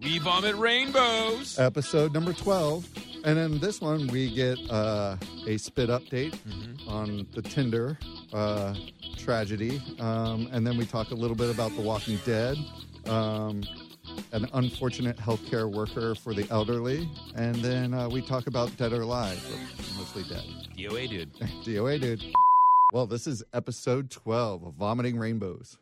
We vomit Uh, rainbows. episode number 12. And in this one, we get uh, a spit update on the Tinder uh, tragedy. Um, and then we talk a little bit about The Walking Dead, um, an unfortunate healthcare worker for the elderly. And then uh, we talk about Dead or Alive, but mostly dead. DOA, dude. DOA, dude. Well, this is episode 12 of Vomiting Rainbows.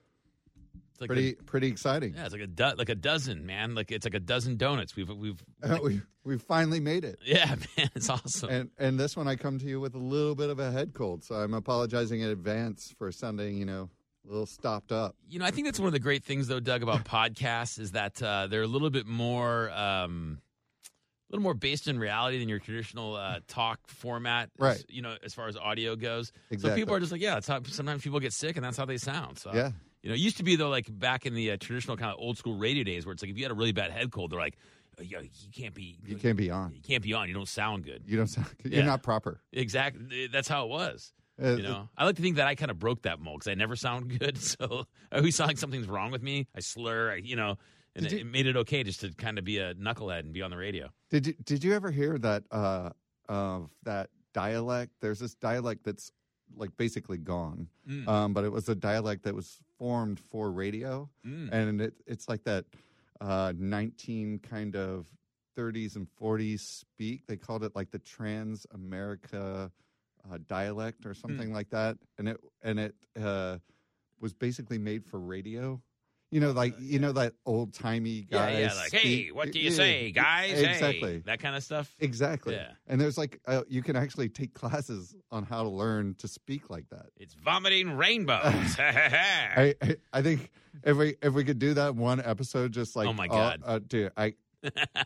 It's like Pretty, A, pretty exciting. yeah, it's like a do- like a dozen, man. Like it's like a dozen donuts. We've we've like- Uh, we, we finally made it. yeah, man. It's awesome. And and this one I come to you with a little bit of a head cold, so I'm apologizing in advance for sounding, you know, a little stopped up. you know, I think that's one of the great things, though, Doug, about podcasts is that uh, they're a little bit more, um, a little more based in reality than your traditional uh, talk format, as- Right. you know, as far as audio goes. So Exactly. people are just like, yeah, that's how. Sometimes people get sick, and that's how they sound. So Yeah. you know, it used to be though, like back in the uh, traditional kind of old school radio days, where it's like if you had a really bad head cold, they're like, oh, yeah, you can't be, You can't be on. you can't be on. You don't sound good. You don't sound. You're Yeah. not proper. Exactly. That's how it was. Uh, You know, I like to think that I kind of broke that mold because I never sound good. So I always sound like something's wrong with me. I slur, I, you know, and Did it, you- it made it okay just to kind of be a knucklehead and be on the radio. Did you did you ever hear that uh of that dialect? There's this dialect that's like basically gone, Mm. um, but it was a dialect that was formed for radio, Mm. and it it's like that uh 19 kind of 30s and 40s speak. They called it like the Trans America uh, dialect Hmm. or something like that, and it and it uh, was basically made for radio. You know, like you know that old timey Uh, Yeah, guy. yeah. Like, hey, what do you say, guys? Hey," Exactly. that kind of stuff. Exactly. Yeah. And there's like uh, you can actually take classes on how to learn to speak like that. It's vomiting rainbows. I, I I think if we if we could do that one episode, just like Oh my uh, God. uh, dude, I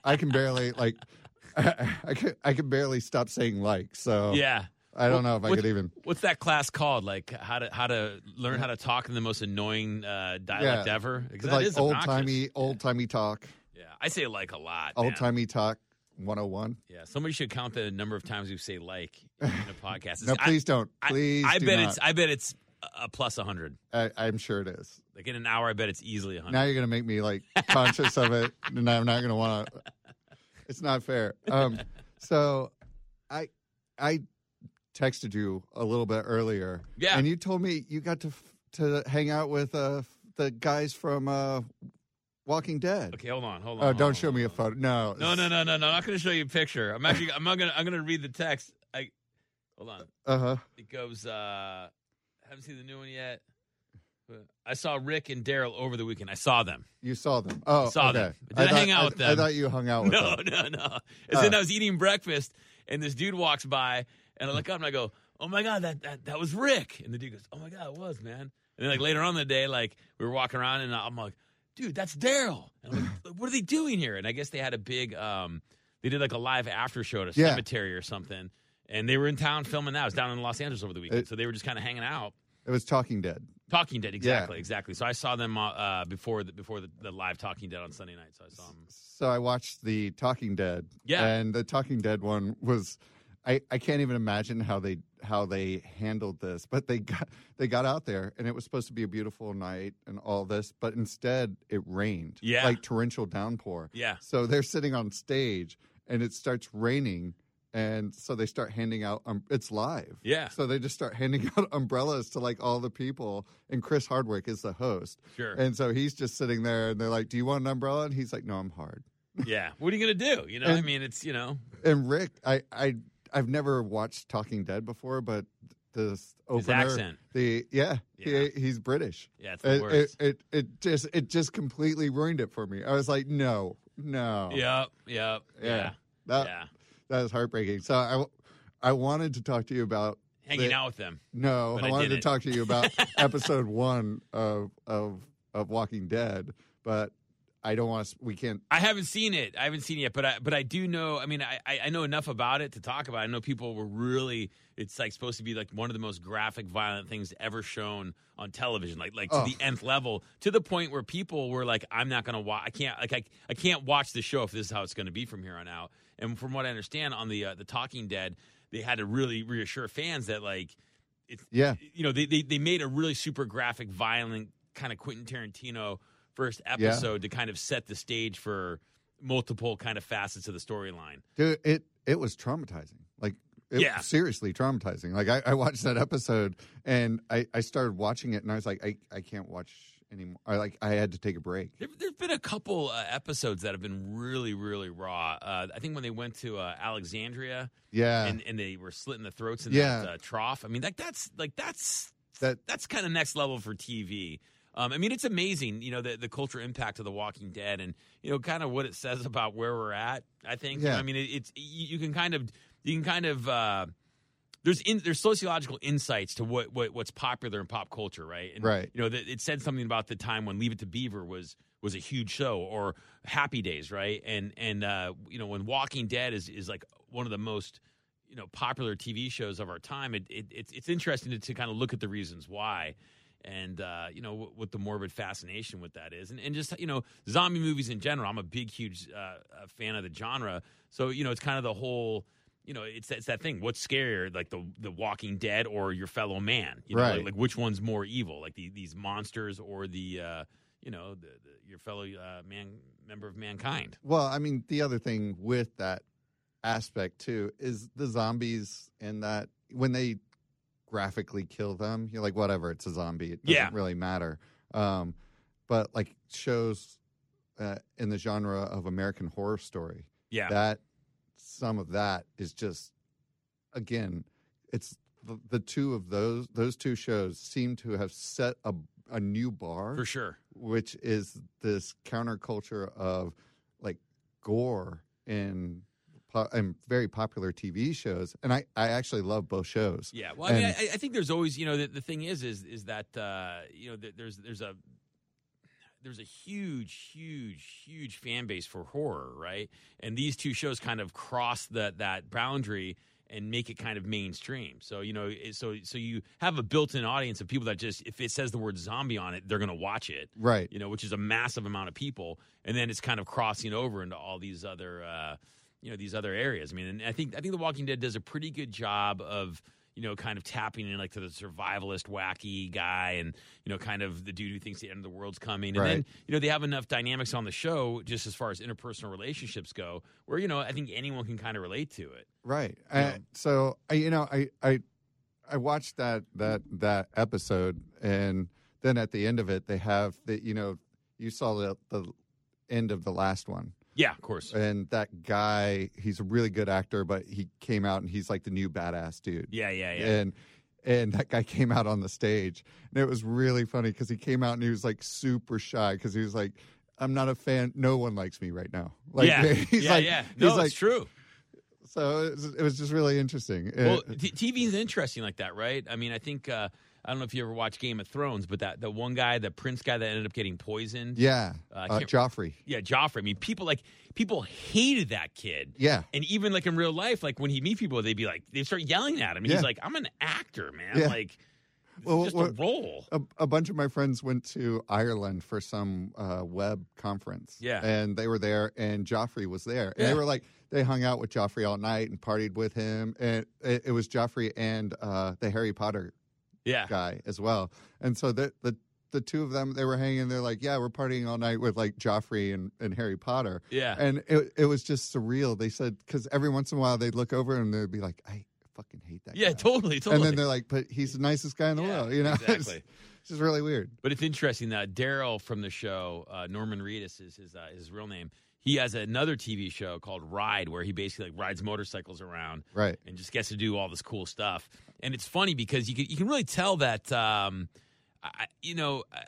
I can barely like I, can I can barely stop saying like. So yeah. I don't know if I What- could even. What's that class called? Like how to how to learn how to talk in the most annoying uh, dialect Yeah. ever? 'Cause It's that like is old obnoxious. timey old timey talk, Yeah, I say like a lot. man. old timey talk. 101. Yeah, somebody should count the number of times we say like in a podcast. No, It's- I- please don't. I- Please, I, do bet not. it's I bet it's a- a plus hundred. I, I'm sure it is. Like in an hour, I bet it's easily hundred. Now you're gonna make me like conscious of it, and I'm not gonna want to. It's not fair. Um, so, I I texted you a little bit earlier, Yeah. and you told me you got to f- to hang out with uh the guys from uh Walking Dead. Okay, hold on, hold on. Oh, hold on, don't show hold me a on. photo. No, No, no, no, no, no. I'm not going to show you a picture. I'm actually I'm not gonna I'm gonna read the text. I hold on. Uh huh. It goes. uh Haven't seen the new one yet. I saw Rick and Daryl over the weekend. I saw them. You saw them. Oh, Saw okay. them. Did I thought- hang out with I them? thought you hung out with no, them. no, no. And then I was eating breakfast, and this dude walks by, and I look up and I go, "Oh my god, that that, that was Rick!" And the dude goes, "Oh my god, it was, man." And then like later on in the day, like we were walking around, and I'm like, "Dude, that's Daryl." And I'm like, "What are they doing here?" And I guess they had a big, um, they did like a live after show at a Yeah. cemetery or something. And they were in town filming that. It was down in Los Angeles over the weekend, It- so they were just kind of hanging out, It was Talking Dead. Talking Dead. Exactly, exactly. So I saw them uh, uh, before the, before the, the live Talking Dead on Sunday night. So I saw them. so I watched the Talking Dead. Yeah. And the Talking Dead one was I, I can't even imagine how they how they handled this, but they got they got out there and it was supposed to be a beautiful night and all this, but instead it rained. Yeah. Like torrential downpour. Yeah. So they're sitting on stage and it starts raining and so they start handing out um, it's live. Yeah. So they just start handing out umbrellas to like all the people and Chris Hardwick is the host. Sure. And so he's just sitting there, and they're like, "Do you want an umbrella?" And he's like, "No, I'm hard." Yeah. What are you gonna do? You know, I And- mean, it's you know, And Rick, I, I, I've never watched Talking Dead before, but this opener, accent. the yeah, Yeah. He, he's British. yeah, it's the It, it, worst. it, it just, it just completely ruined it for me. I was like, "No, no." yep, yep, yeah, yeah. That that is heartbreaking. So I, I wanted to talk to you about Hanging the- out with them. No, But I I wanted to didn't. talk to you about episode one of of of Walking Dead, but I don't want to. We can't. I haven't seen it. I haven't seen it yet, but I but I do know. I mean, I I I know enough about it to talk about. It. I know people were really. It's like supposed to be like one of the most graphic, violent things ever shown on television. Like like to Oh. the nth level, to the point where people were like, "I'm not gonna watch. I can't like I I can't watch the show if this is how it's gonna be from here on out." And from what I understand, on the uh, the Talking Dead, they had to really reassure fans that like it's Yeah. you know, they, they, they made a really super graphic, violent kind of Quentin Tarantino first episode to kind of set the stage for multiple kind of facets of the storyline. Dude, it it was traumatizing. Like it Yeah. was seriously traumatizing. Like I, I watched that episode and I, I started watching it and I was like, I, I can't watch anymore. I like I had to take a break. There, there've been a couple uh, episodes that have been really, really raw. Uh, I think when they went to uh, Alexandria Yeah. and, and they were slitting the throats in Yeah. that uh, trough. I mean, like that's like that's that that's kind of next level for TV. Um, I mean, it's amazing, you know, the, the cultural impact of The Walking Dead, and you know, kind of what it says about where we're at. I think. Yeah. I mean, it, it's you, you can kind of you can kind of uh, there's in, there's sociological insights to what, what what's popular in pop culture, right? And, Right. You know, that it said something about the time when Leave It to Beaver was was a huge show, or Happy Days, right? And and uh, you know, when Walking Dead is is like one of the most you know popular TV shows of our time, it, it it's it's interesting to, to kind of look at the reasons why, and uh, you know what, what the morbid fascination with that is, and and just you know zombie movies in general. I'm a big huge uh, a fan of the genre, so you know it's kind of the whole. You know, it's that, it's that thing. What's scarier, like the the Walking Dead or your fellow man? You know, Right. like, like which one's more evil, like the, these monsters or the uh, you know the, the, your fellow uh, man member of mankind? well, I mean, the other thing with that aspect too is the zombies and that when they graphically kill them, you're like, whatever, it's a zombie. It doesn't Yeah. really matter. Um, but like shows uh, in the genre of American Horror Story, Yeah, that some of that is just again it's the, the two of those those two shows seem to have set a, a new bar for sure. which is this counterculture of like gore in po- in very popular TV shows and I I actually love both shows Yeah, well, I mean, And- I, I think there's always, you know, the, the thing is, is is that uh, you know, th- there's there's a there's a huge, huge, huge fan base for horror, right? And these two shows kind of cross that that boundary and make it kind of mainstream. So you know, it- so so you have a built-in audience of people that just if it says the word zombie on it, they're going to watch it right you know, which is a massive amount of people, and then it's kind of crossing over into all these other, uh, you know, these other areas. I mean, and I think I think The Walking Dead does a pretty good job of you know kind of tapping in like to the survivalist wacky guy and you know kind of the dude who thinks the end of the world's coming and then Right. you know they have enough dynamics on the show just as far as interpersonal relationships go where you know i think anyone can kind of relate to it Right. Yeah. Uh, so I, you know, I, I, I watched that that that episode, and then at the end of it, they have the you know, you saw the the end of the last one, yeah of course and that guy, he's a really good actor, but he came out and he's like the new badass dude, yeah yeah yeah and. And that guy came out on the stage, and it was really funny because he came out and he was like super shy because he was like, "I'm not a fan. No one likes me right now." Like yeah, he's yeah, like, yeah. No, he's like, it's true. so it was, it was just really interesting. Well, Uh, t- TV is interesting like that, right? I mean, I think uh, I don't know if you ever watched Game of Thrones, but that the one guy, the prince guy that ended up getting poisoned, Yeah, Uh, I uh, can't- Joffrey. yeah, Joffrey. I mean, people like people hated that kid, Yeah, and even like in real life, like when he meet people, they'd be like they start yelling at him, and Yeah. he's like, "I'm an actor, man. Yeah. Like, this Well, is just a what- role." a, a bunch of my friends went to Ireland for some uh, web conference. Yeah. and they were there, and Joffrey was there, and Yeah. they were like they hung out with Joffrey all night and partied with him, and it, it was Joffrey and uh, the Harry Potter Yeah, guy as well, and so the the the two of them they were hanging. They're like, yeah, we're partying all night with like Joffrey and, and Harry Potter, yeah. and it it was just surreal. They said because every once in a while they'd look over and they'd be like, I fucking hate that. yeah, guy. totally, totally. And then they're like, but he's the nicest guy in the Yeah, world, you know? It's- exactly. it's just really weird. But it's interesting that Daryl from the show, uh, Norman Reedus is his uh, his real name. He has another TV show called Ride, where he basically like, rides motorcycles around Right. and just gets to do all this cool stuff. And it's funny because you can you can really tell that um, I, you know. I,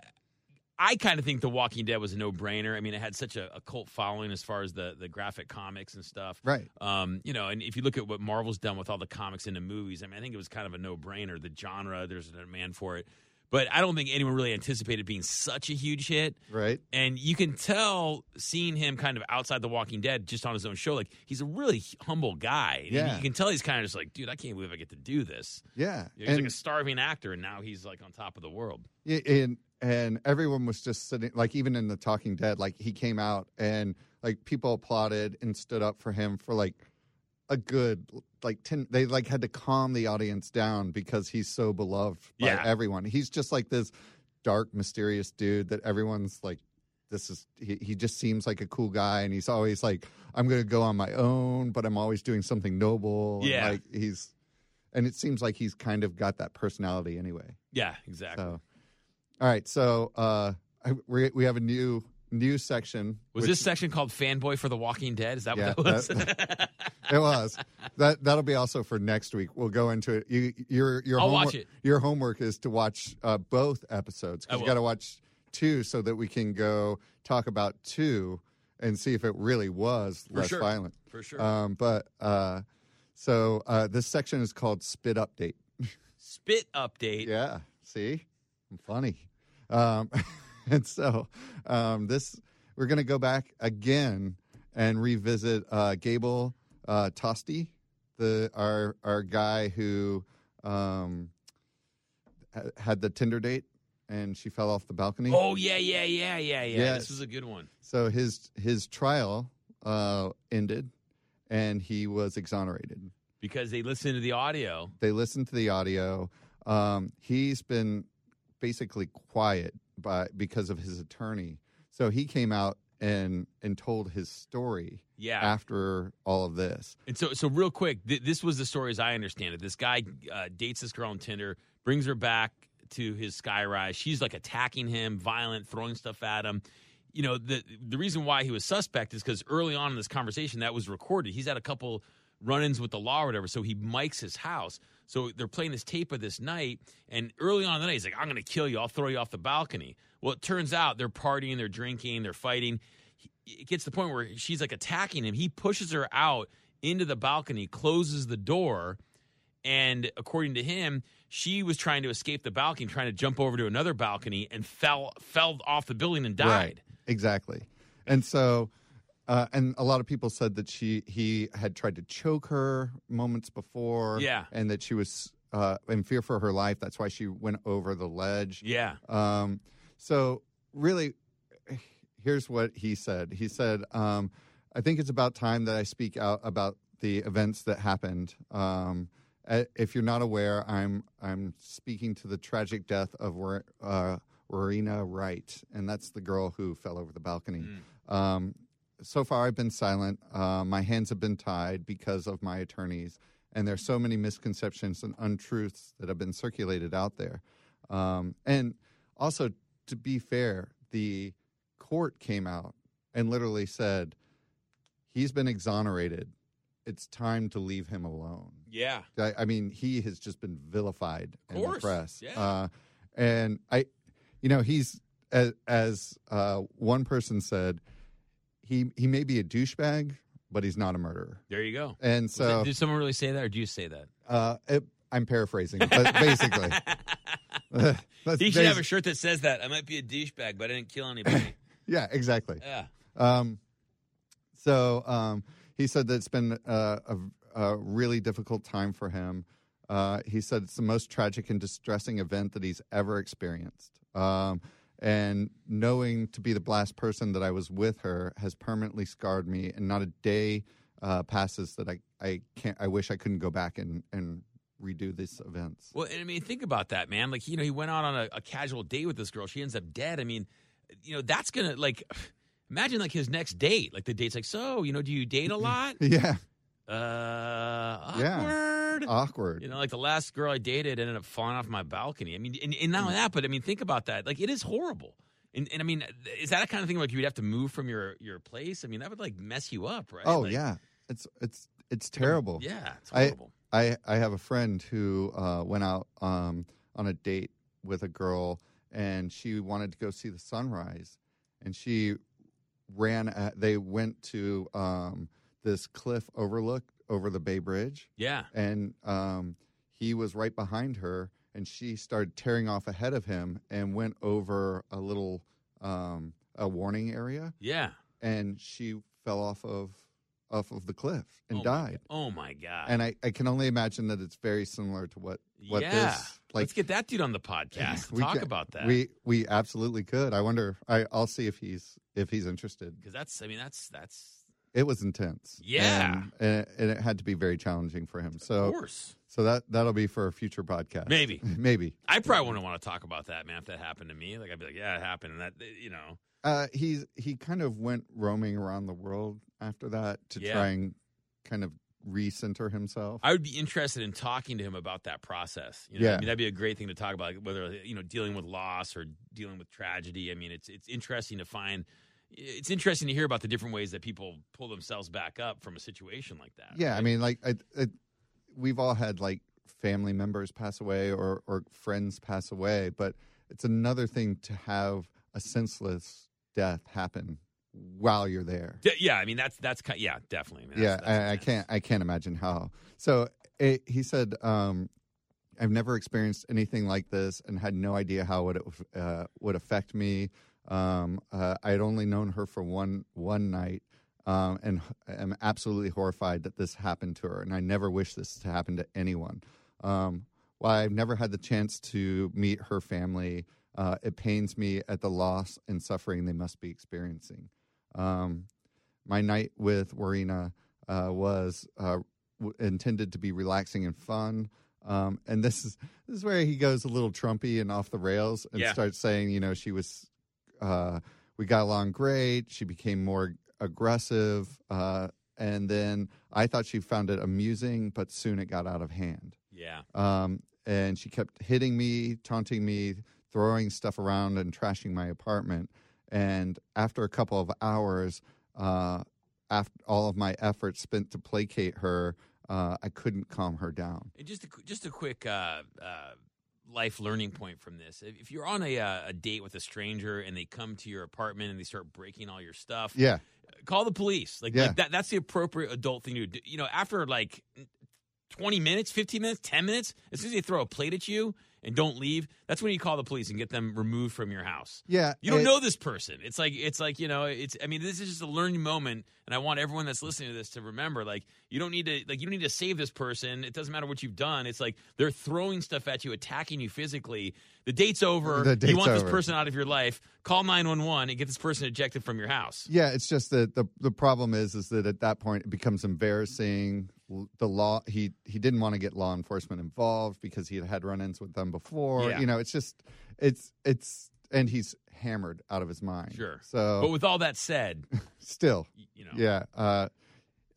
I kind of think The Walking Dead was a no-brainer. I mean, it had such a, a cult following as far as the, the graphic comics and stuff. Right. Um, you know, and if you look at what Marvel's done with all the comics into movies, I mean, I think it was kind of a no-brainer. The genre, there's a demand for it, but I don't think anyone really anticipated being such a huge hit. Right. And you can tell seeing him kind of outside The Walking Dead, just on his own show, like he's a really humble guy. And Yeah. you can tell he's kind of just like, dude, I can't believe I get to do this. Yeah. You know, he's and, like a starving actor, and now he's like on top of the world. y- and and everyone was just sitting like even in the Talking Dead, like he came out and like people applauded and stood up for him for like a good like ten they like had to calm the audience down because he's so beloved by Yeah. everyone. He's just like this dark, mysterious dude that everyone's like this is he, he just seems like a cool guy, and he's always like, I'm gonna go on my own, but I'm always doing something noble. and, Yeah. like he's, and it seems like he's kind of got that personality anyway. Yeah, exactly. So, all right, so uh, I, we we have a new new section. was which- this section called Fanboy for the Walking Dead? Is that Yeah, what that was? It was that that'll be also for next week. We'll go into it. You, your your I'll homework, watch it. Your homework is to watch uh, both episodes I because you will. got to watch two so that we can go talk about two and see if it really was less sure. violent. for sure. Um, but uh, so uh, this section is called Spit Update. Spit update. Yeah. See, I'm funny. Um, and so um, this, we're going to go back again and revisit uh, Gable uh, Tosti, the our our guy who um, ha- had the Tinder date and she fell off the balcony. Oh yeah, yeah, yeah, yeah, yeah. Yes. This was a good one. So his his trial uh, ended, and he was exonerated. Because they listened to the audio. They listened to the audio. Um, he's been basically quiet by because of his attorney. So he came out and and told his story Yeah. after all of this. And so, so real quick, th- this was the story as I understand it. This guy uh, dates this girl on Tinder, brings her back to his skyrise. She's like attacking him, violent, throwing stuff at him. You know, the the reason why he was suspect is because early on in this conversation that was recorded. He's had a couple run-ins with the law or whatever, so he mics his house. So they're playing this tape of this night, and early on in the night, he's like, "I'm going to kill you. I'll throw you off the balcony." Well, it turns out they're partying, they're drinking, they're fighting. He- It gets to the point where she's like attacking him. He pushes her out into the balcony, closes the door, and according to him, she was trying to escape the balcony, trying to jump over to another balcony, and fell fell off the building and died. Exactly. And so uh, and a lot of people said that she he had tried to choke her moments before. Yeah. And that she was uh, in fear for her life. That's why she went over the ledge. Yeah, Um, so, really, here's what he said. He said, um, I think it's about time that I speak out about the events that happened. Um, uh, if you're not aware, I'm I'm speaking to the tragic death of Wer- uh, Rowena Wright, and that's the girl who fell over the balcony. Um, so far, I've been silent. Uh, my hands have been tied because of my attorneys, and there's so many misconceptions and untruths that have been circulated out there. Um, and also, to be fair, the court came out and literally said he's been exonerated. It's time to leave him alone. yeah, I, I mean, he has just been vilified Of in the course, press. yeah. Uh, and I, you know, he's as, as uh, one person said, he he may be a douchebag, but he's not a murderer. there you go. And Was that- so did someone really say that, or do you say that? uh, it, I'm paraphrasing, but basically, that's he should have a basi- shirt that says that. I might be a douchebag, but I didn't kill anybody. yeah, exactly. yeah, Um, so um, he said that it's been uh, a, a really difficult time for him. Uh, he said it's the most tragic and distressing event that he's ever experienced. Um, and knowing to be the last person that I was with her has permanently scarred me, and not a day uh, passes that I, I can't. I wish I couldn't go back and, and redo these events. Well, and I mean, think about that, man. Like, you know, he went out on a, a casual date with this girl. She ends up dead. I mean, you know, that's gonna like, imagine like his next date. Like the date's like, so, you know, do you date a lot? Yeah, uh, awkward. awkward. You know, like the last girl I dated ended up falling off my balcony. I mean, and, and Hmm. not only that, but I mean, think about that. Like, it is horrible. And, and I mean, is that a kind of thing like you would have to move from your your place? I mean, that would like mess you up, right? oh Like, yeah, it's it's it's terrible. yeah, it's I- horrible. I, I have a friend who uh, went out um, on a date with a girl and she wanted to go see the sunrise and she ran at, they went to um, this cliff overlook over the bay bridge yeah, and um, he was right behind her and she started tearing off ahead of him and went over a little um, a warning area yeah. and she fell off of off of the cliff and Oh my- died Oh my god. and I, I can only imagine that it's very similar to what what yeah. this like Let's get that dude on the podcast to We talk ca- about that. we we absolutely could. I wonder. I I'll see if he's if he's interested. because that's I mean that's that's It was intense. Yeah. and, and, it, and it had to be very challenging for him. of So course. so that that'll be for a future podcast. Maybe. maybe I probably wouldn't want to talk about that, man. If that happened to me, like I'd be like, yeah, it happened, and that you know, Uh, he's he kind of went roaming around the world after that to Yeah. try and kind of recenter himself. I would be interested in talking to him about that process. You know, I Yeah. mean, that'd be a great thing to talk about, like, whether you know dealing with loss or dealing with tragedy. I mean, it's it's interesting to find. It's interesting to hear about the different ways that people pull themselves back up from a situation like that. yeah, I right? mean, like I, I, we've all had like family members pass away or or friends pass away, but it's another thing to have a senseless death happen while you're there. D- yeah. I mean, that's that's kind. Yeah, definitely. I mean, yeah that's- that's I, I intense. can't i can't imagine how so it, he said um i've never experienced anything like this and had no idea how it would, uh, would affect me um uh, i had only known her for one one night um, and h- am absolutely horrified that this happened to her and i never wish this to happen to anyone um while i've never had the chance to meet her family uh, it pains me at the loss and suffering they must be experiencing um, my night with Warina uh, was uh, w- intended to be relaxing and fun. Um, and this is this is where he goes a little Trumpy and off the rails and Yeah. starts saying, you know, she was uh, we got along great. She became more aggressive, uh, and then I thought she found it amusing, but soon it got out of hand Yeah. um, and she kept hitting me, taunting me, throwing stuff around, and trashing my apartment. And after a couple of hours, uh, after all of my efforts spent to placate her, uh, I couldn't calm her down. And just a, qu- just a quick uh, uh, life learning point from this: if if you're on a, uh, a date with a stranger and they come to your apartment and they start breaking all your stuff, Yeah, call the police. Like, Yeah. like that, that's the appropriate adult thing to do. You know, after like 20 minutes, 15 minutes, 10 minutes, as soon as they throw a plate at you and don't leave, that's when you call the police and get them removed from your house. yeah. You don't it- know this person. It's like it's like you know. It's I mean, this is just a learning moment, and I want everyone that's listening to this to remember. Like you don't need to like you don't need to save this person. It doesn't matter what you've done. It's like they're throwing stuff at you, attacking you physically. The date's over. The you date's want this over. person out of your life. Call nine one one and get this person ejected from your house. Yeah, it's just that the the problem is is that at that point it becomes embarrassing. L- The law he he didn't want to get law enforcement involved because he had had run-ins with them before. Yeah. You know, it's just it's it's and he's hammered out of his mind. Sure. So But with all that said, still, y- you know, yeah. Uh,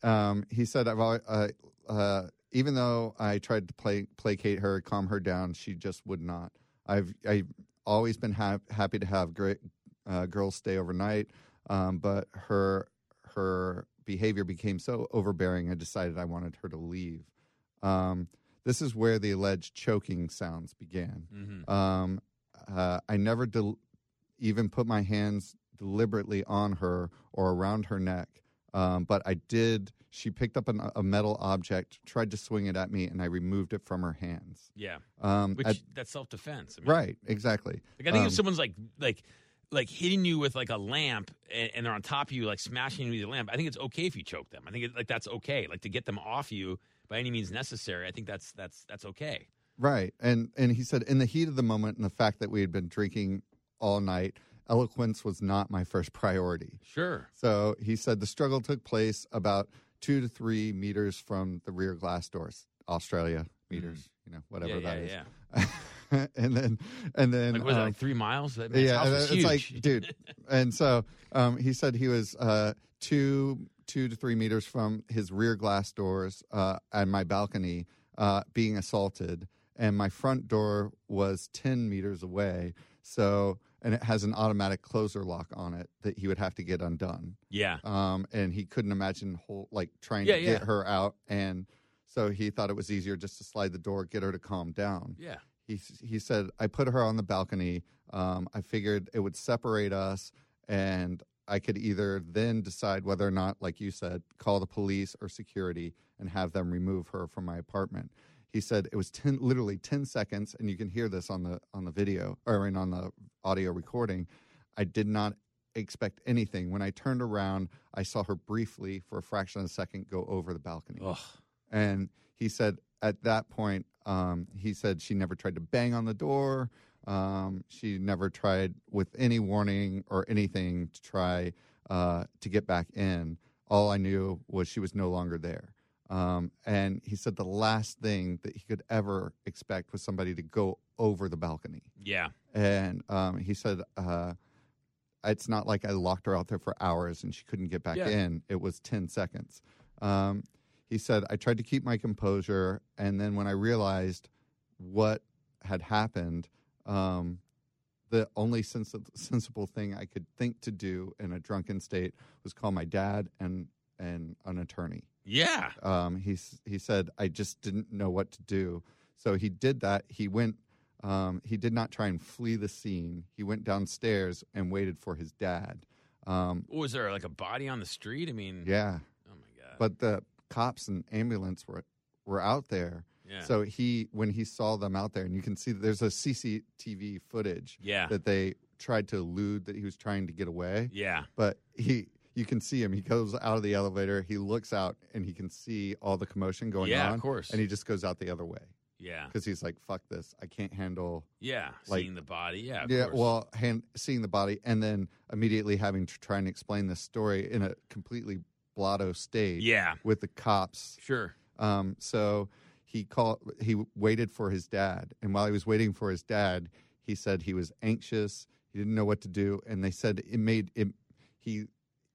um, he said, "I've always, uh, uh, even though I tried to play, placate her, calm her down, she just would not. I've I've always been ha- happy to have great uh, girls stay overnight, um, but her her behavior became so overbearing. I decided I wanted her to leave. Um, this is where the alleged choking sounds began. hmm Um, uh, I never del- even put my hands deliberately on her or around her neck, um, but I did. She picked up an, a metal object, tried to swing it at me, and I removed it from her hands. yeah, Um, which at- that's self defense. I mean, right, exactly. Like I think Um, if someone's like like like hitting you with like a lamp and, and they're on top of you like smashing you with your lamp, I think it's okay if you choke them. I think it, like that's okay. Like to get them off you by any means necessary. I think that's that's that's okay. Right. And and he said in the heat of the moment and the fact that we had been drinking all night, eloquence was not my first priority. Sure. So he said the struggle took place about two to three meters from the rear glass doors, Australia meters, you know, whatever Mm. yeah, that is. yeah, and then, and yeah. then, Like was it um, like three miles? That man's house and is it's huge. like, dude. and so um, he said he was uh, two, two to three meters from his rear glass doors uh, and my balcony uh, being assaulted, and my front door was ten meters away. So, and it has an automatic closer lock on it that he would have to get undone yeah. um, and he couldn't imagine whole, like trying Yeah, to yeah. get her out, and so he thought it was easier just to slide the door, get her to calm down. Yeah. He s- he said, "I put her on the balcony. Um, I figured it would separate us, and I could either then decide whether or not, like you said, call the police or security and have them remove her from my apartment." He said it was ten, literally ten seconds, and you can hear this on the on the video or I mean, on the audio recording. I did not expect anything. When I turned around, I saw her briefly for a fraction of a second go over the balcony. Ugh. And he said at that point, um, he said she never tried to bang on the door. Um, she never tried with any warning or anything to try uh, to get back in. All I knew was she was no longer there. Um, and he said the last thing that he could ever expect was somebody to go over the balcony Yeah. and um, he said, uh, it's not like I locked her out there for hours and she couldn't get back Yeah. in. It was 10 seconds. Um, he said, I tried to keep my composure. And then when I realized what had happened, um, the only sens- sensible thing I could think to do in a drunken state was call my dad and, and an attorney Yeah. um, he s- he said I just didn't know what to do. So he did that. He went. Um, he did not try and flee the scene. He went downstairs and waited for his dad. Um, Was there like a body on the street? I mean, yeah, Oh my god. but the cops and ambulance were were out there. yeah. So he when he saw them out there, and you can see there's a CCTV footage yeah. that they tried to elude that he was trying to get away. yeah. but he you can see him he goes out of the elevator he looks out and he can see all the commotion going Yeah, on of course. and he just goes out the other way Yeah. because he's like fuck this i can't handle Yeah. Like- Seeing the body. Yeah. of yeah course. well hand, seeing the body and then immediately having to try and explain this story in a completely blotto state Yeah. with the cops Sure. um, so he called he waited for his dad and while he was waiting for his dad he said he was anxious he didn't know what to do and they said it made it he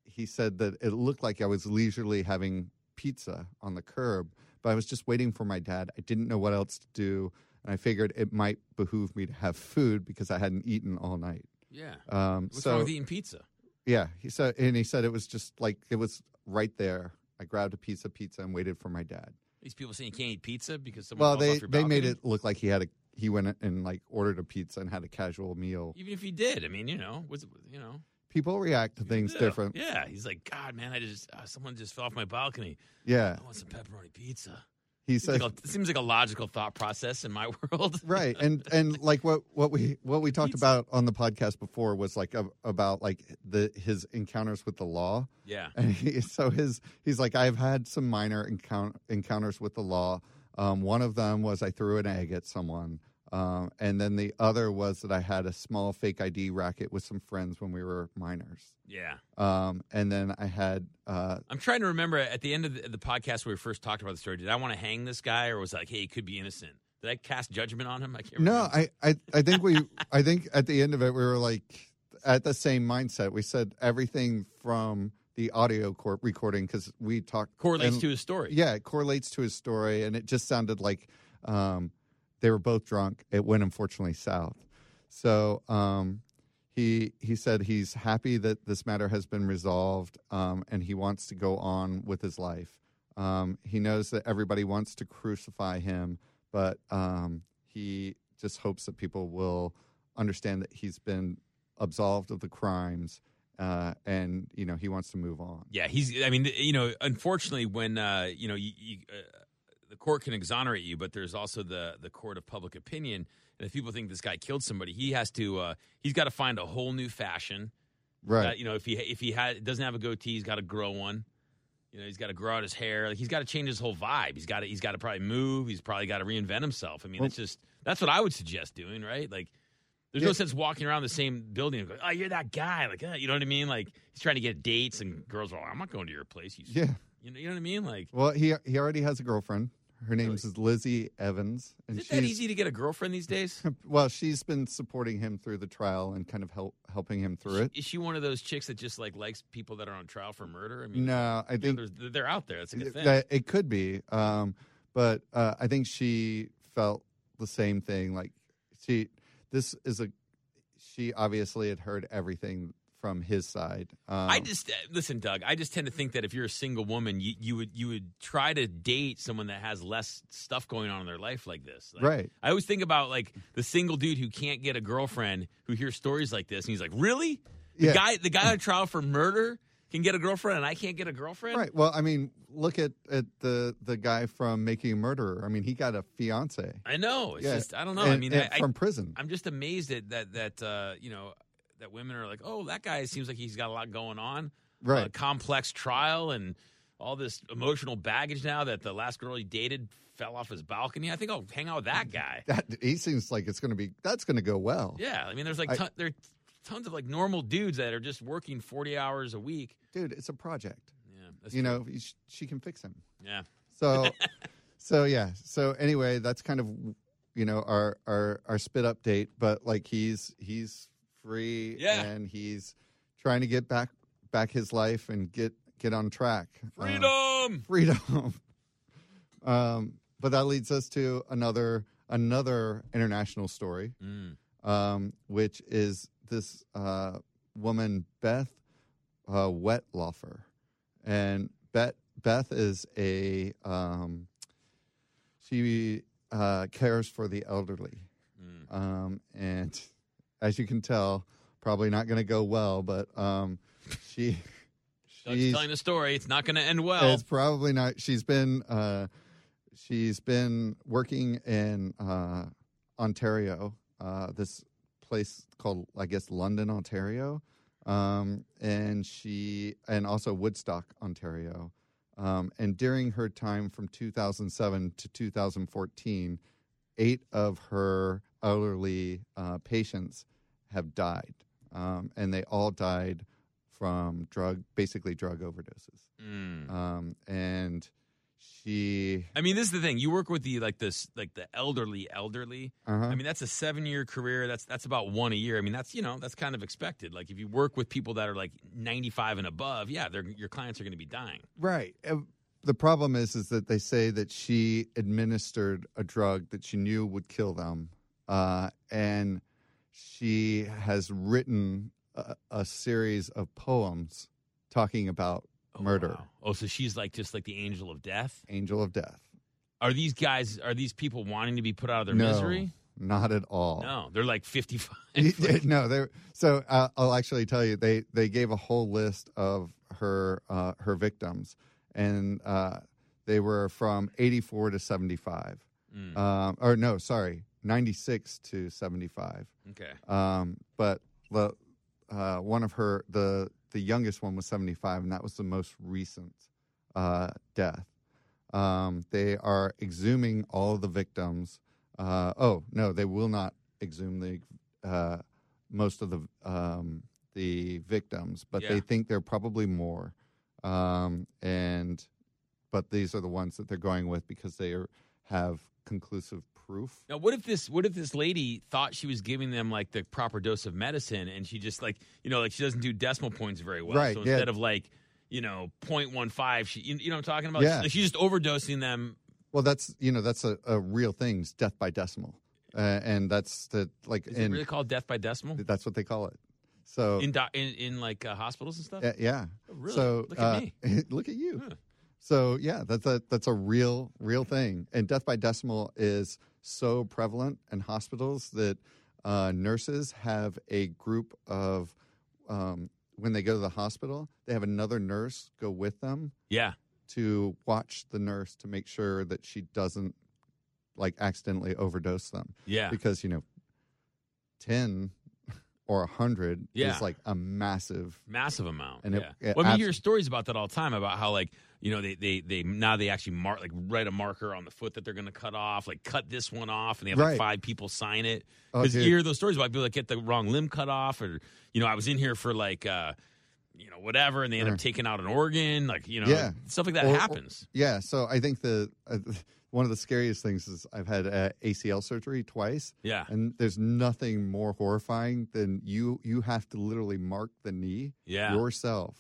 he said that it looked like i was leisurely having pizza on the curb but i was just waiting for my dad i didn't know what else to do and i figured it might behoove me to have food because i hadn't eaten all night Yeah. um, What's so wrong with eating pizza? yeah, he said, and he said it was just like it was right there. I grabbed a piece of pizza and waited for my dad. These people saying you can't eat pizza because someone. Well, falls they off your they made balcony? it look like he had a he went and like ordered a pizza and had a casual meal. Even if he did, I mean, you know, was you know People react to things yeah. different. Yeah. He's like, God, man, I just uh, someone just fell off my balcony. Yeah, I want some pepperoni pizza. he Seems said like a, seems like a logical thought process in my world. right, and and like what what we what we talked Pizza. about on the podcast before was like a, about like the his encounters with the law. Yeah. And he, so his he's like, I've had some minor encounter, encounters with the law. Um, one of them was I threw an egg at someone, um, and then the other was that I had a small fake ID racket with some friends when we were minors. Yeah. Um, and then I had uh, I'm trying to remember at the end of the, the podcast where we first talked about the story. Did I want to hang this guy, or was I like, hey, he could be innocent? Did I cast judgment on him? I can't. no. remember. I, I I think we I think at the end of it we were like at the same mindset. We said everything from the audio cor- recording because we talked correlates and- to his story. Yeah, it correlates to his story, and it just sounded like um, they were both drunk. It went unfortunately south. So um, he he said he's happy that this matter has been resolved, um, and he wants to go on with his life. Um, he knows that everybody wants to crucify him, but um, he just hopes that people will understand that he's been absolved of the crimes, uh, and you know he wants to move on. Yeah, he's. I mean, you know, unfortunately, when uh, you know, you, you, uh, the court can exonerate you, but there's also the the court of public opinion. And if people think this guy killed somebody, he has to. Uh, he's got to find a whole new fashion. Right. Uh, you know, if he if he had doesn't have a goatee, he's got to grow one. You know, he's got to grow out his hair. Like he's got to change his whole vibe. He's got to he's got to probably move. He's probably got to reinvent himself. I mean, Well- it's just that's what I would suggest doing, right? Like. There's no Yeah. sense walking around the same building and going, "Oh, you're that guy." Like, uh, you know what I mean? Like, he's trying to get dates, and girls are, like, "I'm not going to your place." You, yeah. you know, you know what I mean? Like, Well, he he already has a girlfriend. Her name's Lizzie Evans, is and it that she's easy to get a girlfriend these days? well, she's been supporting him through the trial and kind of help helping him through it. Is she one of those chicks that just like likes people that are on trial for murder? I mean, No, I you know, think there's- they're out there. That's a good thing. that it could be, um, but uh, I think she felt the same thing. Like she, this is a she obviously had heard everything from his side. Um, I just uh, listen, Doug. I just tend to think that if you're a single woman, you, you would you would try to date someone that has less stuff going on in their life like this. Like, right. I always think about like the single dude who can't get a girlfriend who hears stories like this, and he's like, "Really? The Yeah. guy the guy on trial for murder can get a girlfriend, and I can't get a girlfriend? Right. Well, I mean, look at, at the the guy from Making a Murderer. I mean, he got a fiance. I know. It's Yeah. just I don't know. I and- mean, and I, I, from prison. I'm just amazed at that that uh, you know that women are like, "Oh, that guy seems like he's got a lot going on." right. a complex trial and all this emotional baggage now that the last girl he dated fell off his balcony. I think I'll hang out with that Mm-hmm. guy. that he seems like it's going to be that's going to go well Yeah, I mean, there's like I- ton, there are tons of like normal dudes that are just working 40 hours a week. dude it's a project Yeah, that's you true. know sh- she can fix him Yeah, so so yeah so anyway that's kind of you know our our our spit update but like he's he's free Yeah. and he's trying to get back back his life and get get on track. Uh, Freedom. freedom. um, but that leads us to another another international story, Mm. um, which is this uh, woman Beth uh, Wetlaufer, and Beth Beth is a um, she uh, cares for the elderly, Mm. um, and as you can tell, probably not going to go well. But um, she. Doug's she's- telling the story. It's not going to end well. it's probably not. She's been uh, she's been working in uh, Ontario, uh, this place called I guess London, Ontario, um, and she and also Woodstock, Ontario. Um, and during her time from 2007 to 2014, eight of her elderly uh, patients have died, um, and they all died from drug, basically drug overdoses Mm. um, and she I mean, this is the thing. You work with the like this like the elderly, elderly. uh-huh. I mean, that's a seven year career. That's that's about one a year. I mean, that's you know that's kind of expected. Like if you work with people that are like ninety five and above, yeah, they're, your clients are going to be dying. right Uh, the problem is is that they say that she administered a drug that she knew would kill them uh, and she has written a, a series of poems talking about Oh, Murder. wow. Oh, so she's like just like the angel of death. angel of death Are these guys? Are these people wanting to be put out of their No, Oh. misery? not at all No, they're like fifty five. no, they so uh, I'll actually tell you they they gave a whole list of her uh, her victims, and uh, they were from eighty four to seventy five, Hmm. mm, um, or no, sorry, ninety six to seventy five. okay. Um, but the uh, one of her the the youngest one was seventy five, and that was the most recent uh, death. Um, they are exhuming all the victims. Uh, oh no, they will not exhume the uh, most of the um, the victims, but Yeah. they think there are probably more. Um, and but these are the ones that they're going with because they are, have conclusive proof. Now, what if this? What if this lady thought she was giving them like the proper dose of medicine, and she just like you know, like she doesn't do decimal points very well. Right, So yeah. instead of like you know 0.15, she you, you know what I'm talking about. Yeah. Like, she's just overdosing them. Well, that's you know that's a, a real thing. Is death by decimal, uh, and that's the like Is in it really called death by decimal that's what they call it. So in do, in, in like uh, hospitals and stuff? uh, yeah, Oh, really? so Look at uh, me. look at you. Huh. So yeah, that's a that's a real real thing. And death by decimal is so prevalent in hospitals that uh, nurses have a group of um, when they go to the hospital, they have another nurse go with them Yeah. to watch the nurse to make sure that she doesn't like accidentally overdose them Yeah. because you know 10 or 100 Yeah. is like a massive massive amount. And yeah. it- it well, I mean, abs- you hear stories about that all the time about how like you know they they they now they actually mark like write a marker on the foot that they're going to cut off, like cut this one off, and they have Right. like five people sign it. Oh, Because dude. you hear those stories about people that get the wrong limb cut off, or you know, I was in here for like. uh you know, whatever, and they end Sure. up taking out an organ, like you know, Yeah. stuff like that Or- or- happens. yeah so i think the uh, one of the scariest things is i've had uh, acl surgery twice yeah, and there's nothing more horrifying than you you have to literally mark the knee yeah, yourself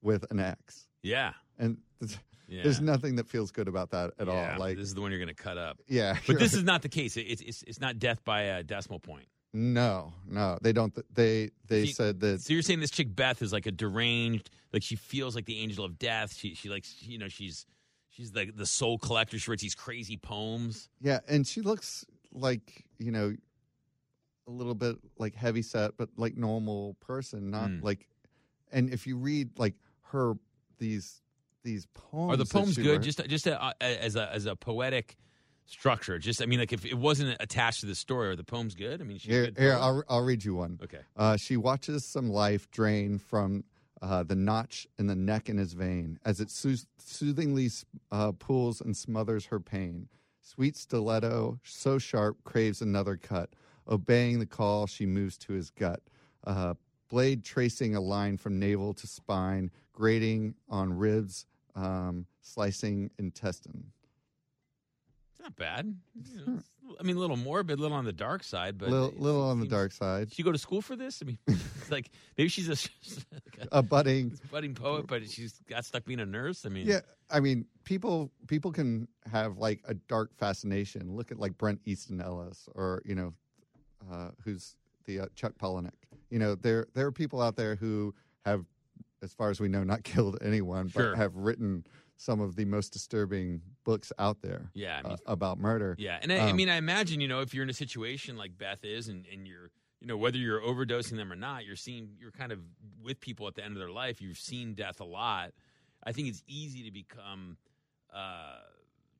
with an x yeah, and th- yeah. there's nothing that feels good about that at Yeah, all like this is the one you're going to cut up. yeah But this is not the case. It- It's it's it's not death by a decimal point. no no they don't th- they they See, said that So you're saying this chick Beth is like a deranged, like she feels like the angel of death. She she likes you know she's she's the the soul collector. She writes these crazy poems. Yeah, and she looks like you know a little bit like heavy set, but like normal person, not Mm. like. And if you read like her these these poems, Are the that poems she good? wrote- Just just uh, as a as a poetic structure. Just I mean, like if it wasn't attached to the story, are the poems good? I mean, she's here, good here poet? I'll I'll read you one. okay. Uh, she watches some life drain from uh, the notch in the neck in his vein as it sooth- soothingly uh, pools and smothers her pain. Sweet stiletto, so sharp, craves another cut. Obeying the call, she moves to his gut. Uh, blade tracing a line from navel to spine, grating on ribs, um, slicing intestine. not bad. You know, it's- I mean, a little morbid, a little on the dark side, but little, it little on the seems- dark side. Did she go to school for this? I mean, it's like maybe she's a, like A budding. a budding poet, but she's got stuck being a nurse. I mean, Yeah, I mean, people people can have like a dark fascination. Look at like Brent Easton Ellis, or you know, uh, who's the uh, Chuck Palahniuk. You know, there there are people out there who have, as far as we know, not killed anyone, Sure. but have written some of the most disturbing books out there yeah. I mean, uh, about murder. Yeah, and I, I Um, mean, I imagine you know if you're in a situation like Beth is, and, and you're you know whether you're overdosing them or not, you're seeing you're kind of with people at the end of their life. You've seen death a lot. I think it's easy to become, uh,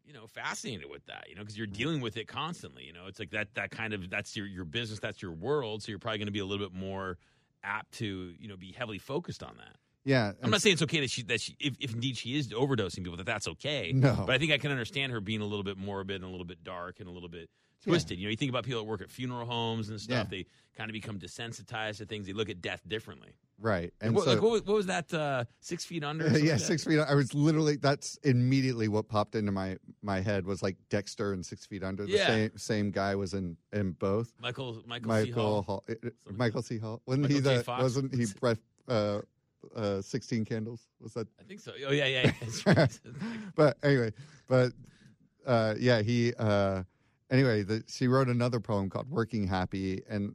you know, fascinated with that. You know, because you're Mm-hmm. dealing with it constantly. You know, it's like that that kind of that's your your business, that's your world. So you're probably going to be a little bit more apt to you know be heavily focused on that. Yeah, I'm not saying it's okay that she that she if, if indeed she is overdosing people that that's okay. No. but I think I can understand her being a little bit morbid and a little bit dark and a little bit Yeah. twisted. You know, you think about people that work at funeral homes and stuff. Yeah. They kind of become desensitized to things. They look at death differently. right. And And what, so, like, what, was, what was that? Uh, six feet under. or something yeah, like that? Six Feet. I was literally that's immediately what popped into my my head was like Dexter and Six Feet Under. The Yeah. same same guy was in in both. Michael Michael, C. Michael Hall. Hall. uh, uh, Something Michael C. Hall. Wasn't he Michael J. the? Fox. Wasn't he breath? Uh, uh, Sixteen Candles. Was that? I think so. Oh yeah, yeah. yeah. But anyway, but uh, yeah, he. Uh, anyway, the, she wrote another poem called "Working Happy," and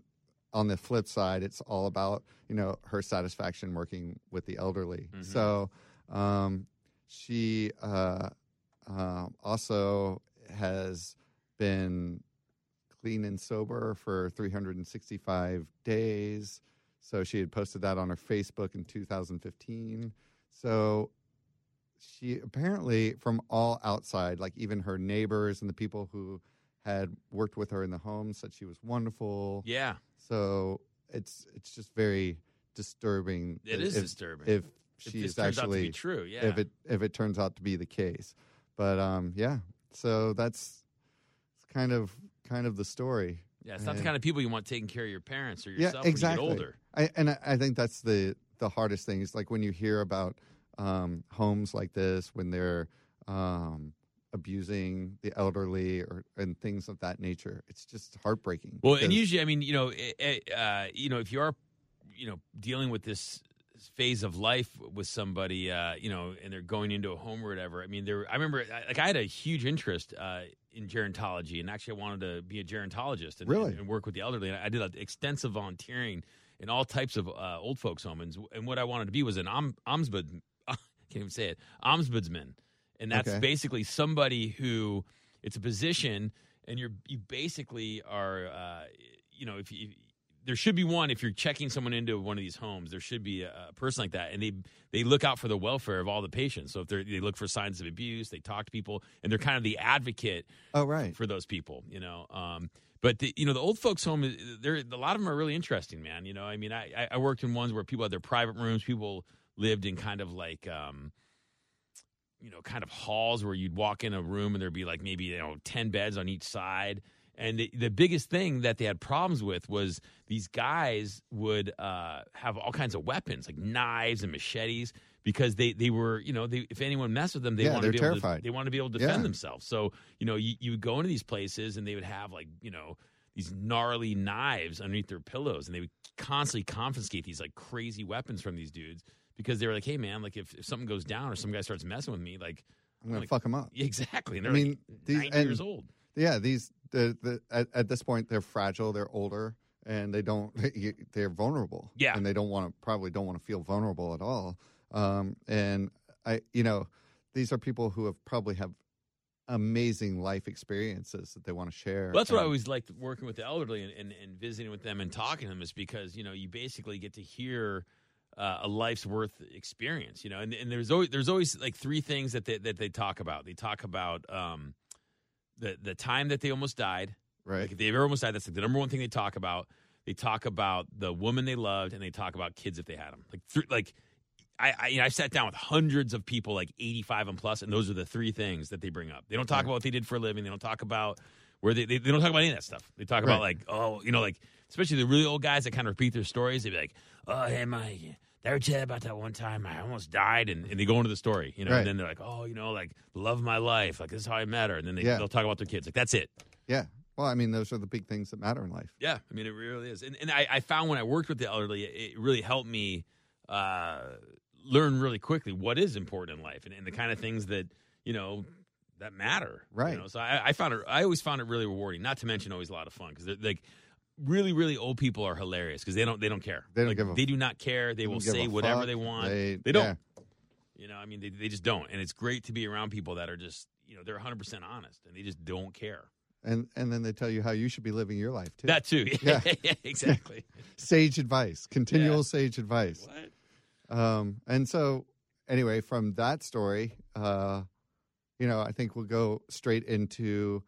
on the flip side, it's all about you know her satisfaction working with the elderly. Mhm. So um, she uh, uh, also has been clean and sober for 365 days. So she had posted that on her Facebook in 2015. So she apparently, from all outside, like even her neighbors and the people who had worked with her in the home, said she was wonderful. yeah, So it's it's just very disturbing. it that is if, disturbing. if If she this is turns out to actually be true, yeah. if it if it turns out to be the case. But um, yeah, so that's it's kind of kind of the story. yeah, it's not the Yeah. kind of people you want taking care of your parents or Yeah, yourself exactly. when you get older. I, and I, I think that's the the hardest thing is like when you hear about um, homes like this when they're um, abusing the elderly or and things of that nature. It's just heartbreaking. Well, and because- usually, I mean, you know, eh, eh, uh, you know, if you are, you know, dealing with this phase of life with somebody, uh, you know, and they're going into a home or whatever. I mean, there. I remember, I- like, I had a huge interest uh, in gerontology, and actually, I wanted to be a gerontologist and, Really? and, and work with the elderly. And I did uh, extensive volunteering in all types of uh, old folks' homes, and, and what I wanted to be was an om- ombudsman. I can't even say it. Ombudsman, and that's Okay. basically somebody who it's a position and you're you basically are uh, you know if you there should be one if you're checking someone into one of these homes there should be a, a person like that and they they look out for the welfare of all the patients so if they they look for signs of abuse they talk to people and they're kind of the advocate oh right, for those people, you know. Um, but the, you know, the old folks' home, is- there a lot of them are really interesting, man. You know, I mean, I, I- I worked in ones where people had their private rooms, people lived in kind of like, um, you know, kind of halls where you'd walk in a room and there'd be like maybe you know ten beds on each side. And the, the biggest thing that they had problems with was these guys would uh, have all kinds of weapons, like knives and machetes, because they, they were, you know, they, if anyone messed with them, they Yeah, want to they're be able to, terrified. they want to be able to defend Yeah. themselves. So, you know, you, you would go into these places and they would have like, you know, these gnarly knives underneath their pillows and they would constantly confiscate these like crazy weapons from these dudes because they were like, hey man, like if, if something goes down or some guy starts messing with me, like I'm gonna like- fuck them up. exactly. And I they're mean, like these 90 and years old. yeah, these the, the at, at this point they're fragile, they're older, and they don't they're vulnerable. Yeah. and they don't want to probably don't want to feel vulnerable at all. Um, and I, you know, these are people who have probably have amazing life experiences that they want to share. Well, that's what I And- always liked working with the elderly and, and, and visiting with them and talking to them is because you know you basically get to hear uh, a life's worth experience. You know, and, and there's always there's always like three things that they, that they talk about. They talk about um, the the time that they almost died. Like right. if they ever almost died, that's like the number one thing they talk about. They talk about the woman they loved, and they talk about kids if they had them. Like, thr like I, I, you know, I've sat down with hundreds of people, like eighty-five and plus, and those are the three things that they bring up. They don't talk about what they did for a living. They don't talk about where they, they, they don't talk about any of that stuff. They talk about Right. like, oh, you know, like especially the really old guys that kind of repeat their stories. They'd be like, oh, hey, my they were telling about that one time I almost died, and, and they go into the story, you know. Right. And then they're like, oh, you know, like love of my life, like this is how I met her, and then they, Yeah. they'll talk about their kids, like that's it. Yeah. Well, I mean, those are the big things that matter in life. Yeah, I mean, it really is. And, and I, I found when I worked with the elderly, it really helped me uh, learn really quickly what is important in life and, and the kind of things that, you know, that matter. you Right. know? So I, I found it, I always found it really rewarding, not to mention always a lot of fun because they're like, Really, really old people are hilarious because they don't they don't care. They don't Like, give a- they do not care. They They will don't give say a whatever fuck. they want. They, They don't. yeah. You know, I mean, they, they just don't. And it's great to be around people that are just you know they're 100 percent honest and they just don't care. And and then they tell you how you should be living your life too. That too. Yeah. yeah exactly. sage advice, continual sage advice. what? Um, and so, anyway, from that story, uh, you know, I think we'll go straight into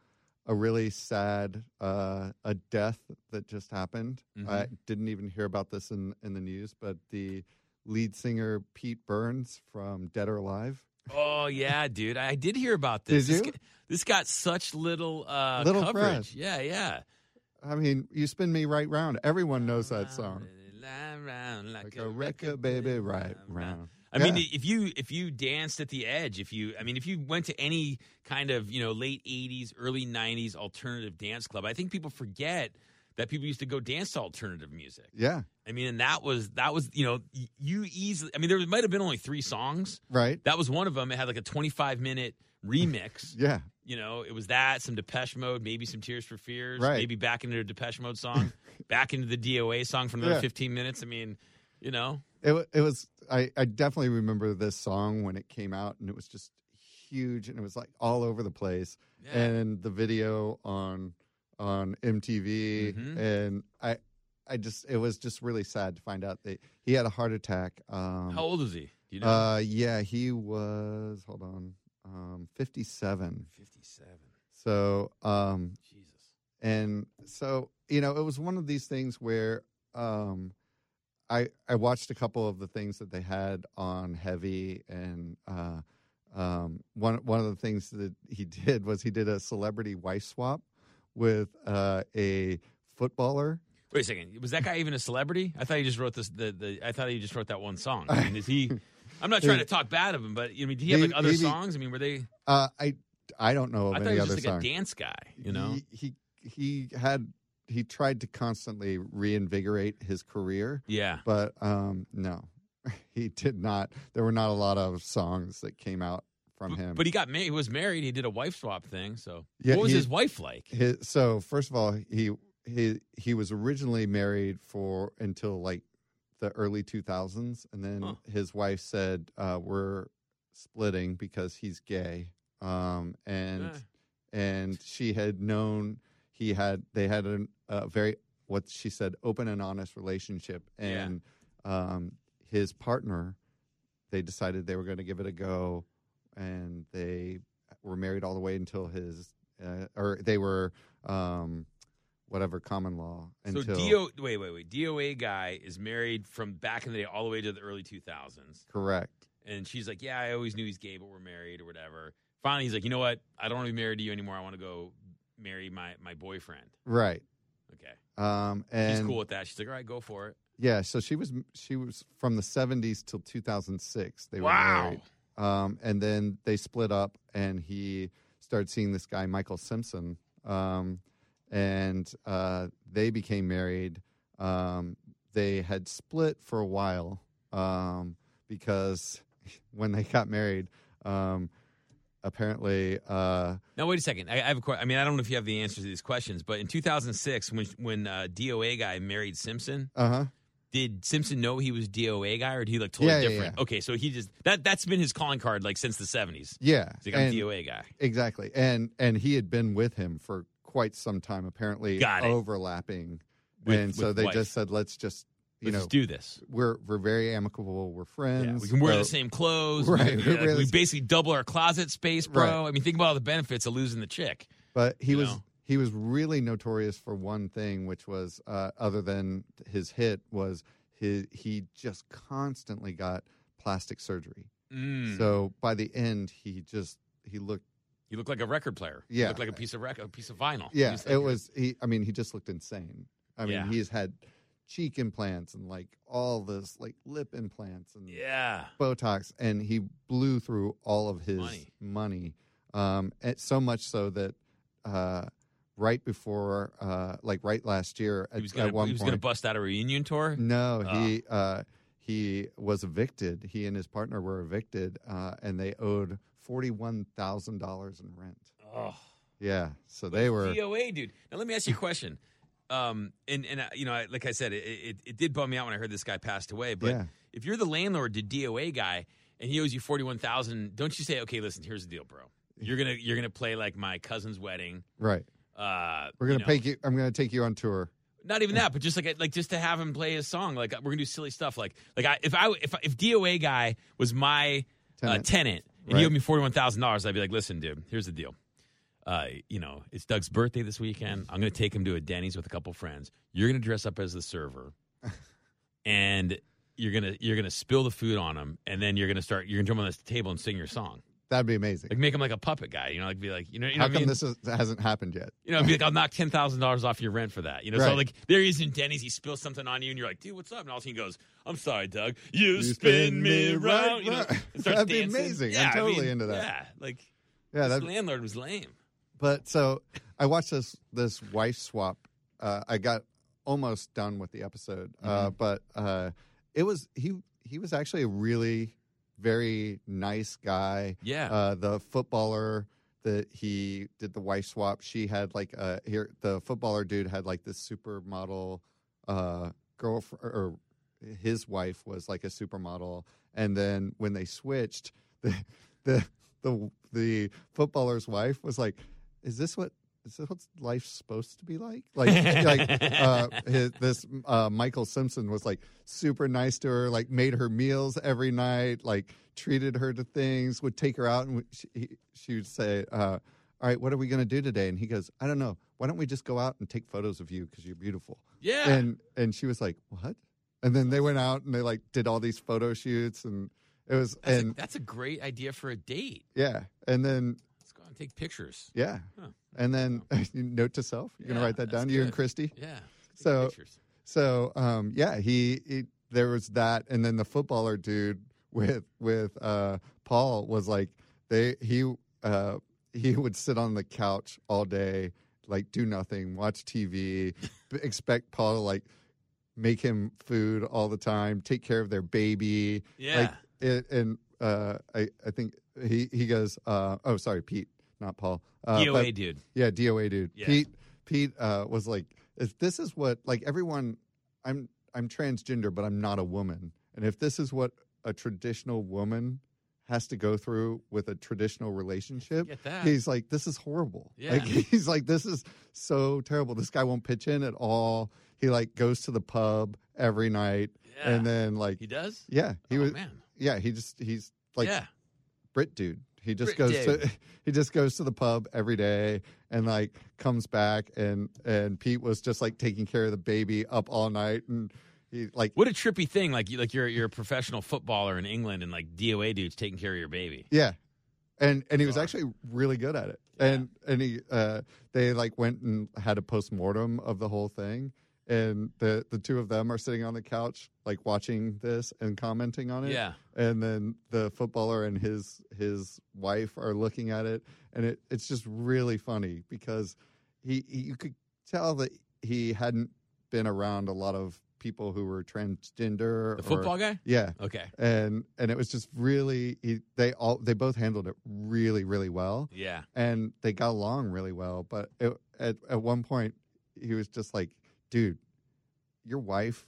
a really sad uh, a death that just happened. I didn't even hear about this in in the news, but the lead singer Pete Burns from Dead or Alive, Oh yeah, dude. I did hear about this. Did This, you? g- this got such little uh Little coverage. press. Yeah, yeah. I mean, you spin me right round. Everyone knows that song. Round, round, like, Like a record, baby, right round. I mean, Yeah. if you if you danced at the edge, if you I mean, if you went to any kind of you know late '80s, early '90s alternative dance club, I think people forget that people used to go dance to alternative music. Yeah, I mean, and that was that was you know y- you easily. I mean, there might have been only three songs. right. That was one of them. It had like a 25 minute remix. Yeah, you know, it was that, some Depeche Mode, maybe some Tears for Fears, Right. maybe back into a Depeche Mode song, back into the DOA song for another Yeah. 15 minutes. I mean, you know, it wa- it was I, I definitely remember this song when it came out and it was just huge and it was like all over the place yeah. and the video on on MTV Mhm. and I I just it was just really sad to find out that he had a heart attack um how old was he? Do you know? uh yeah he was hold on um 57 57. so um Jesus. and so you know it was one of these things where um i i watched a couple of the things that they had on heavy and uh um one one of the things that he did was he did a celebrity wife swap with uh a footballer Wait a second. Was that guy even a celebrity? I thought he just wrote this. The, the I thought he just wrote that one song. I mean, is he? I'm not trying to talk bad of him, but you know, did he have He- like other he- songs? I mean, were they? uh i i don't know of I thought any he was other just like song a dance guy. You know? he, he he had he tried to constantly reinvigorate his career yeah. but um, no, he did not. There were not a lot of songs that came out from But, him. but he got married. He was married. He did a wife swap thing. So Yeah, what was he- his wife like? His, so first of all, he he he was originally married for until like the early two thousands, and then Huh. his wife said uh, we're splitting because he's gay, um, and Yeah. and she had known he had they had an, a very what she said open and honest relationship Yeah. and um, his partner they decided they were going to give it a go and they were married all the way until his uh, or they were um, whatever common law So until DO wait wait wait DOA guy is married from back in the day all the way to the early 2000s correct and she's like yeah I always knew he's gay but we're married or whatever finally he's like you know what I don't want to be married to you anymore I want to go marry my my boyfriend right okay um, and he's cool with that she's like all right go for it yeah so she was she was from the 70s till 2006 they were wow married Um, and then they split up, and he started seeing this guy, Michael Simpson. Um, and uh, they became married. Um, they had split for a while um, because when they got married, um, apparently, uh, now wait a second I, I have a question I mean I don't know if you have the answers to these questions but in 2006 when when uh, DOA guy married Simpson uh huh. did Simpson know he was DOA guy or did he look totally Yeah, yeah, different okay so he just that that's been his calling card like since the 70s Yeah. he's like I'm And- DOA guy Exactly. And and he had been with him for quite some time, apparently Got it. overlapping. With- and so with they wife. just said, let's just, you let's know, just do this we're we're very amicable. We're friends. Yeah, we can wear the so- same clothes. Right, We, we yeah, wear we the- basically double our closet space, bro. Right. I mean, think about all the benefits of losing the chick. But he you was know. he was really notorious for one thing, which was uh, other than his hit was his, he just constantly got plastic surgery. Mm. So by the end, he just he looked. you look like a record player. You Yeah. look like a piece of record, a piece of vinyl. Yeah, Just like- it was. He, I mean, he just looked insane. I mean, Yeah. he's had cheek implants and like all this like lip implants and Yeah. Botox, and he blew through all of his money. Money. Um, and so much so that uh, right before, uh, like right last year, He at, was at gonna one he was point, gonna Ah. bust out a reunion tour. no, he uh, he was evicted. He and his partner were evicted, uh, and they owed forty one thousand dollars in rent. Oh. Yeah, so they were. DOA, dude. Now let me ask you a question. Um, and and uh, you know, I, like I said, it, it it did bum me out when I heard this guy passed away. But Yeah. if you're the landlord to DOA guy and he owes you forty one thousand, don't you say, okay, listen, here's the deal, bro. You're gonna you're gonna play like my cousin's wedding. Right, Uh, we're gonna you know, take you. I'm gonna take you on tour. Not even that, but just like like just to have him play his song. Like we're gonna do silly stuff. Like like I, if I if if DOA guy was my Tenant. Uh, tenant and Right. he owed me forty one thousand dollars, I'd be like, listen, dude, here's the deal. Uh, you know, it's Doug's birthday this weekend. I'm gonna take him to a Denny's with a couple friends. You're gonna dress up as the server, and you're gonna you're gonna spill the food on him, and then you're gonna start you're gonna jump on this table and sing your song. That'd be amazing. Like make him like a puppet guy. You know, like be like you know you know How what I come mean? this is, hasn't happened yet? You know, it'd be like, I'll knock ten thousand dollars off your rent for that. You know, Right. so like there he is in Denny's, he spills something on you, and you're like, dude, what's up? And all of a sudden he goes, I'm sorry, Doug. You, You spin, spin me me right round. You know, round. and starts That'd be dancing. amazing. I'm Yeah, I totally mean, into that. Yeah, like Yeah, this that, landlord was lame. But so I watched this this wife swap. Uh, I got almost done with the episode, Mm-hmm. uh, but uh, it was he he was actually a really very nice guy. Yeah, Uh, the footballer that he did the wife swap, she had like uh here the footballer dude had like this supermodel uh girlfriend or his wife was like a supermodel, and then when they switched, the the the the footballer's wife was like, "Is this what?" Is this what life's supposed to be like? Like, like uh, his, this uh, Michael Simpson was like super nice to her, like made her meals every night, like treated her to things, would take her out, and she, he- she would say, uh, "All right, what are we going to do today?" And he goes, "I don't know. Why don't we just go out and take photos of you because you're beautiful?" yeah. and and she was like, "What?" And then they went out and they like did all these photo shoots, and it was that's, a, and that's a great idea for a date. yeah, and then Let's go out and take pictures. yeah, Huh. and then note to self, you're gonna Yeah, write that that's down, you and good. Christy. Yeah, let's take So- pictures. So um, yeah, he, he there was that, and then the footballer dude with with uh, Paul was like they he uh, he would sit on the couch all day, like do nothing, watch TV, b- expect Paul to like make him food all the time, take care of their baby, yeah, like it, and uh, I I think he he goes uh, oh sorry Pete not Paul uh, DOA but- dude. yeah, DOA dude. Yeah. Pete Pete uh, was like, if this is what like everyone, I'm I'm transgender, but I'm not a woman, and if this is what a traditional woman has to go through with a traditional relationship, Get that. he's like, this is horrible. Yeah. Like he's like, this is so terrible. This guy won't pitch in at all. He like goes to the pub every night, yeah. and then like, he does. yeah, he oh, was, man. yeah, he just he's like yeah, Brit dude. He just Brit goes to he just goes to the pub every day and like comes back and and Pete was just like taking care of the baby up all night and he like what a trippy thing. Like you, like you're you're a professional footballer in England, and like DOA dude's taking care of your baby. yeah. And and he was God. actually really good at it. Yeah. And and he uh they like went and had a postmortem of the whole thing and the the two of them are sitting on the couch like watching this and commenting on it. Yeah. and then the footballer and his his wife are looking at it and it, it's just really funny because he, he you could tell that he hadn't been around a lot of people who were transgender The or- football guy? yeah Okay. and and it was just really he, they all they both handled it really really well Yeah. and they got along really well. But it, at at one point, he was just like, "Dude, your wife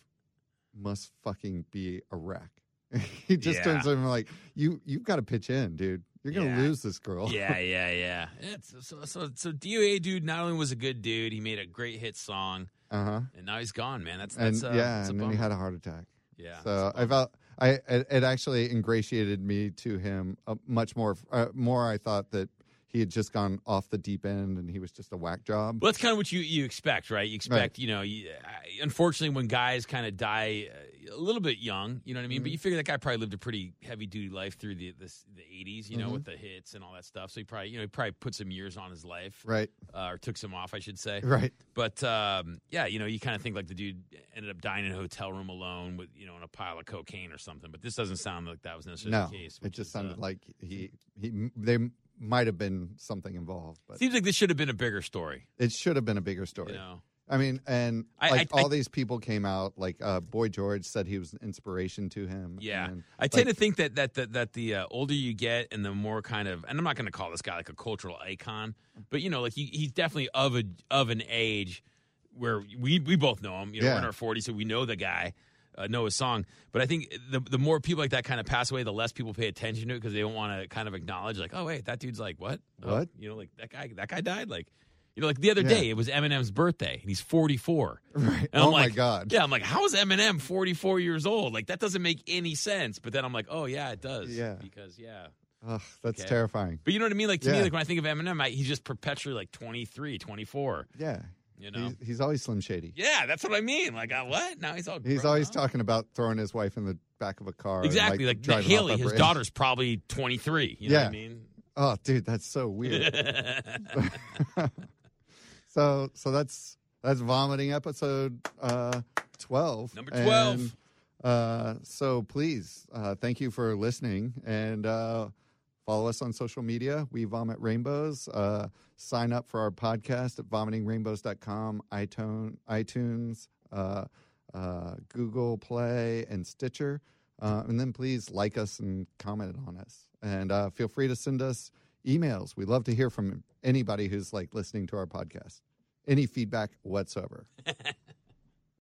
must fucking be a wreck." he just Yeah. turns to him and like, "You you've got to pitch in, dude. You're gonna Yeah. lose this girl." Yeah, yeah, yeah. Yeah, so, so, so, so DOA dude not only was a good dude, he made a great hit song, Uh huh. and now he's gone, man. That's And that's uh, yeah, that's a and then he bummer. had a heart attack. yeah. so I felt I it, it actually ingratiated me to him uh, much more. Uh, more I thought that he had just gone off the deep end and he was just a whack job. well, that's kind of what you you expect, right? You expect, you know, you, I, unfortunately, when guys kind of die, uh, a little bit young, you know what I mean? Mm-hmm. But you figure that guy probably lived a pretty heavy duty life through the this, the 80s, you know, Mm-hmm. with the hits and all that stuff. So he probably, you know, he probably put some years on his life, Right. uh, or took some off, I should say. Right. But um, yeah, you know, you kind of think like the dude ended up dying in a hotel room alone with you know in a pile of cocaine or something. But this doesn't sound like that was necessarily No. the case. It which just is, sounded uh, like he he they might have been something involved, but seems like this should have been a bigger story. it should have been a bigger You story. know, I mean, and I- like I- I- all these people came out. Like uh, Boy George said, he was an inspiration to him. yeah. and, I tend to think that that that, that the uh, older you get and the more kind of, and I'm not going to call this guy like a cultural icon, but you know, like he, he's definitely of a of an age where we we both know him. You know, Yeah. we're in our 40s, so we know the guy. Uh, know his song, but I think the the more people like that kind of pass away, the less people pay attention to it because they don't want to kind of acknowledge, like, oh wait, that dude's like what, Oh, What? you know, like that guy, that guy died, like, you know, like the other Yeah. day it was Eminem's birthday and he's forty four, Right. And oh I'm my like, God. yeah, I'm like, how is Eminem 44 years old? Like, that doesn't make any sense. But then I'm like, oh, yeah, it does. Yeah. Because, yeah. Ugh, that's Okay. terrifying. But you know what I mean? Like, to me, Yeah. like, when I think of Eminem, I, he's just perpetually like 23, 24, Yeah. you know? He's, he's always Slim Shady. yeah, that's what I mean. Like, I, what? Now he's all He's grown always up. talking about throwing his wife in the back of a car. and, Exactly. Like, driving off Haley, that his bridge. daughter's probably 23. You know what I Yeah. mean? Oh, dude, that's so weird. so, so that's that's vomiting episode uh, twelve. Number 12. And, uh, so please, uh, thank you for listening and uh, follow us on social media. We vomit rainbows. Uh, sign up for our podcast at vomitingrainbows.com, iTunes, iTunes, uh, uh, Google Play, and Stitcher. Uh, and then please like us and comment on us. And uh, feel free to send us emails. We love to hear from anybody who's like listening to our podcast. Any feedback whatsoever.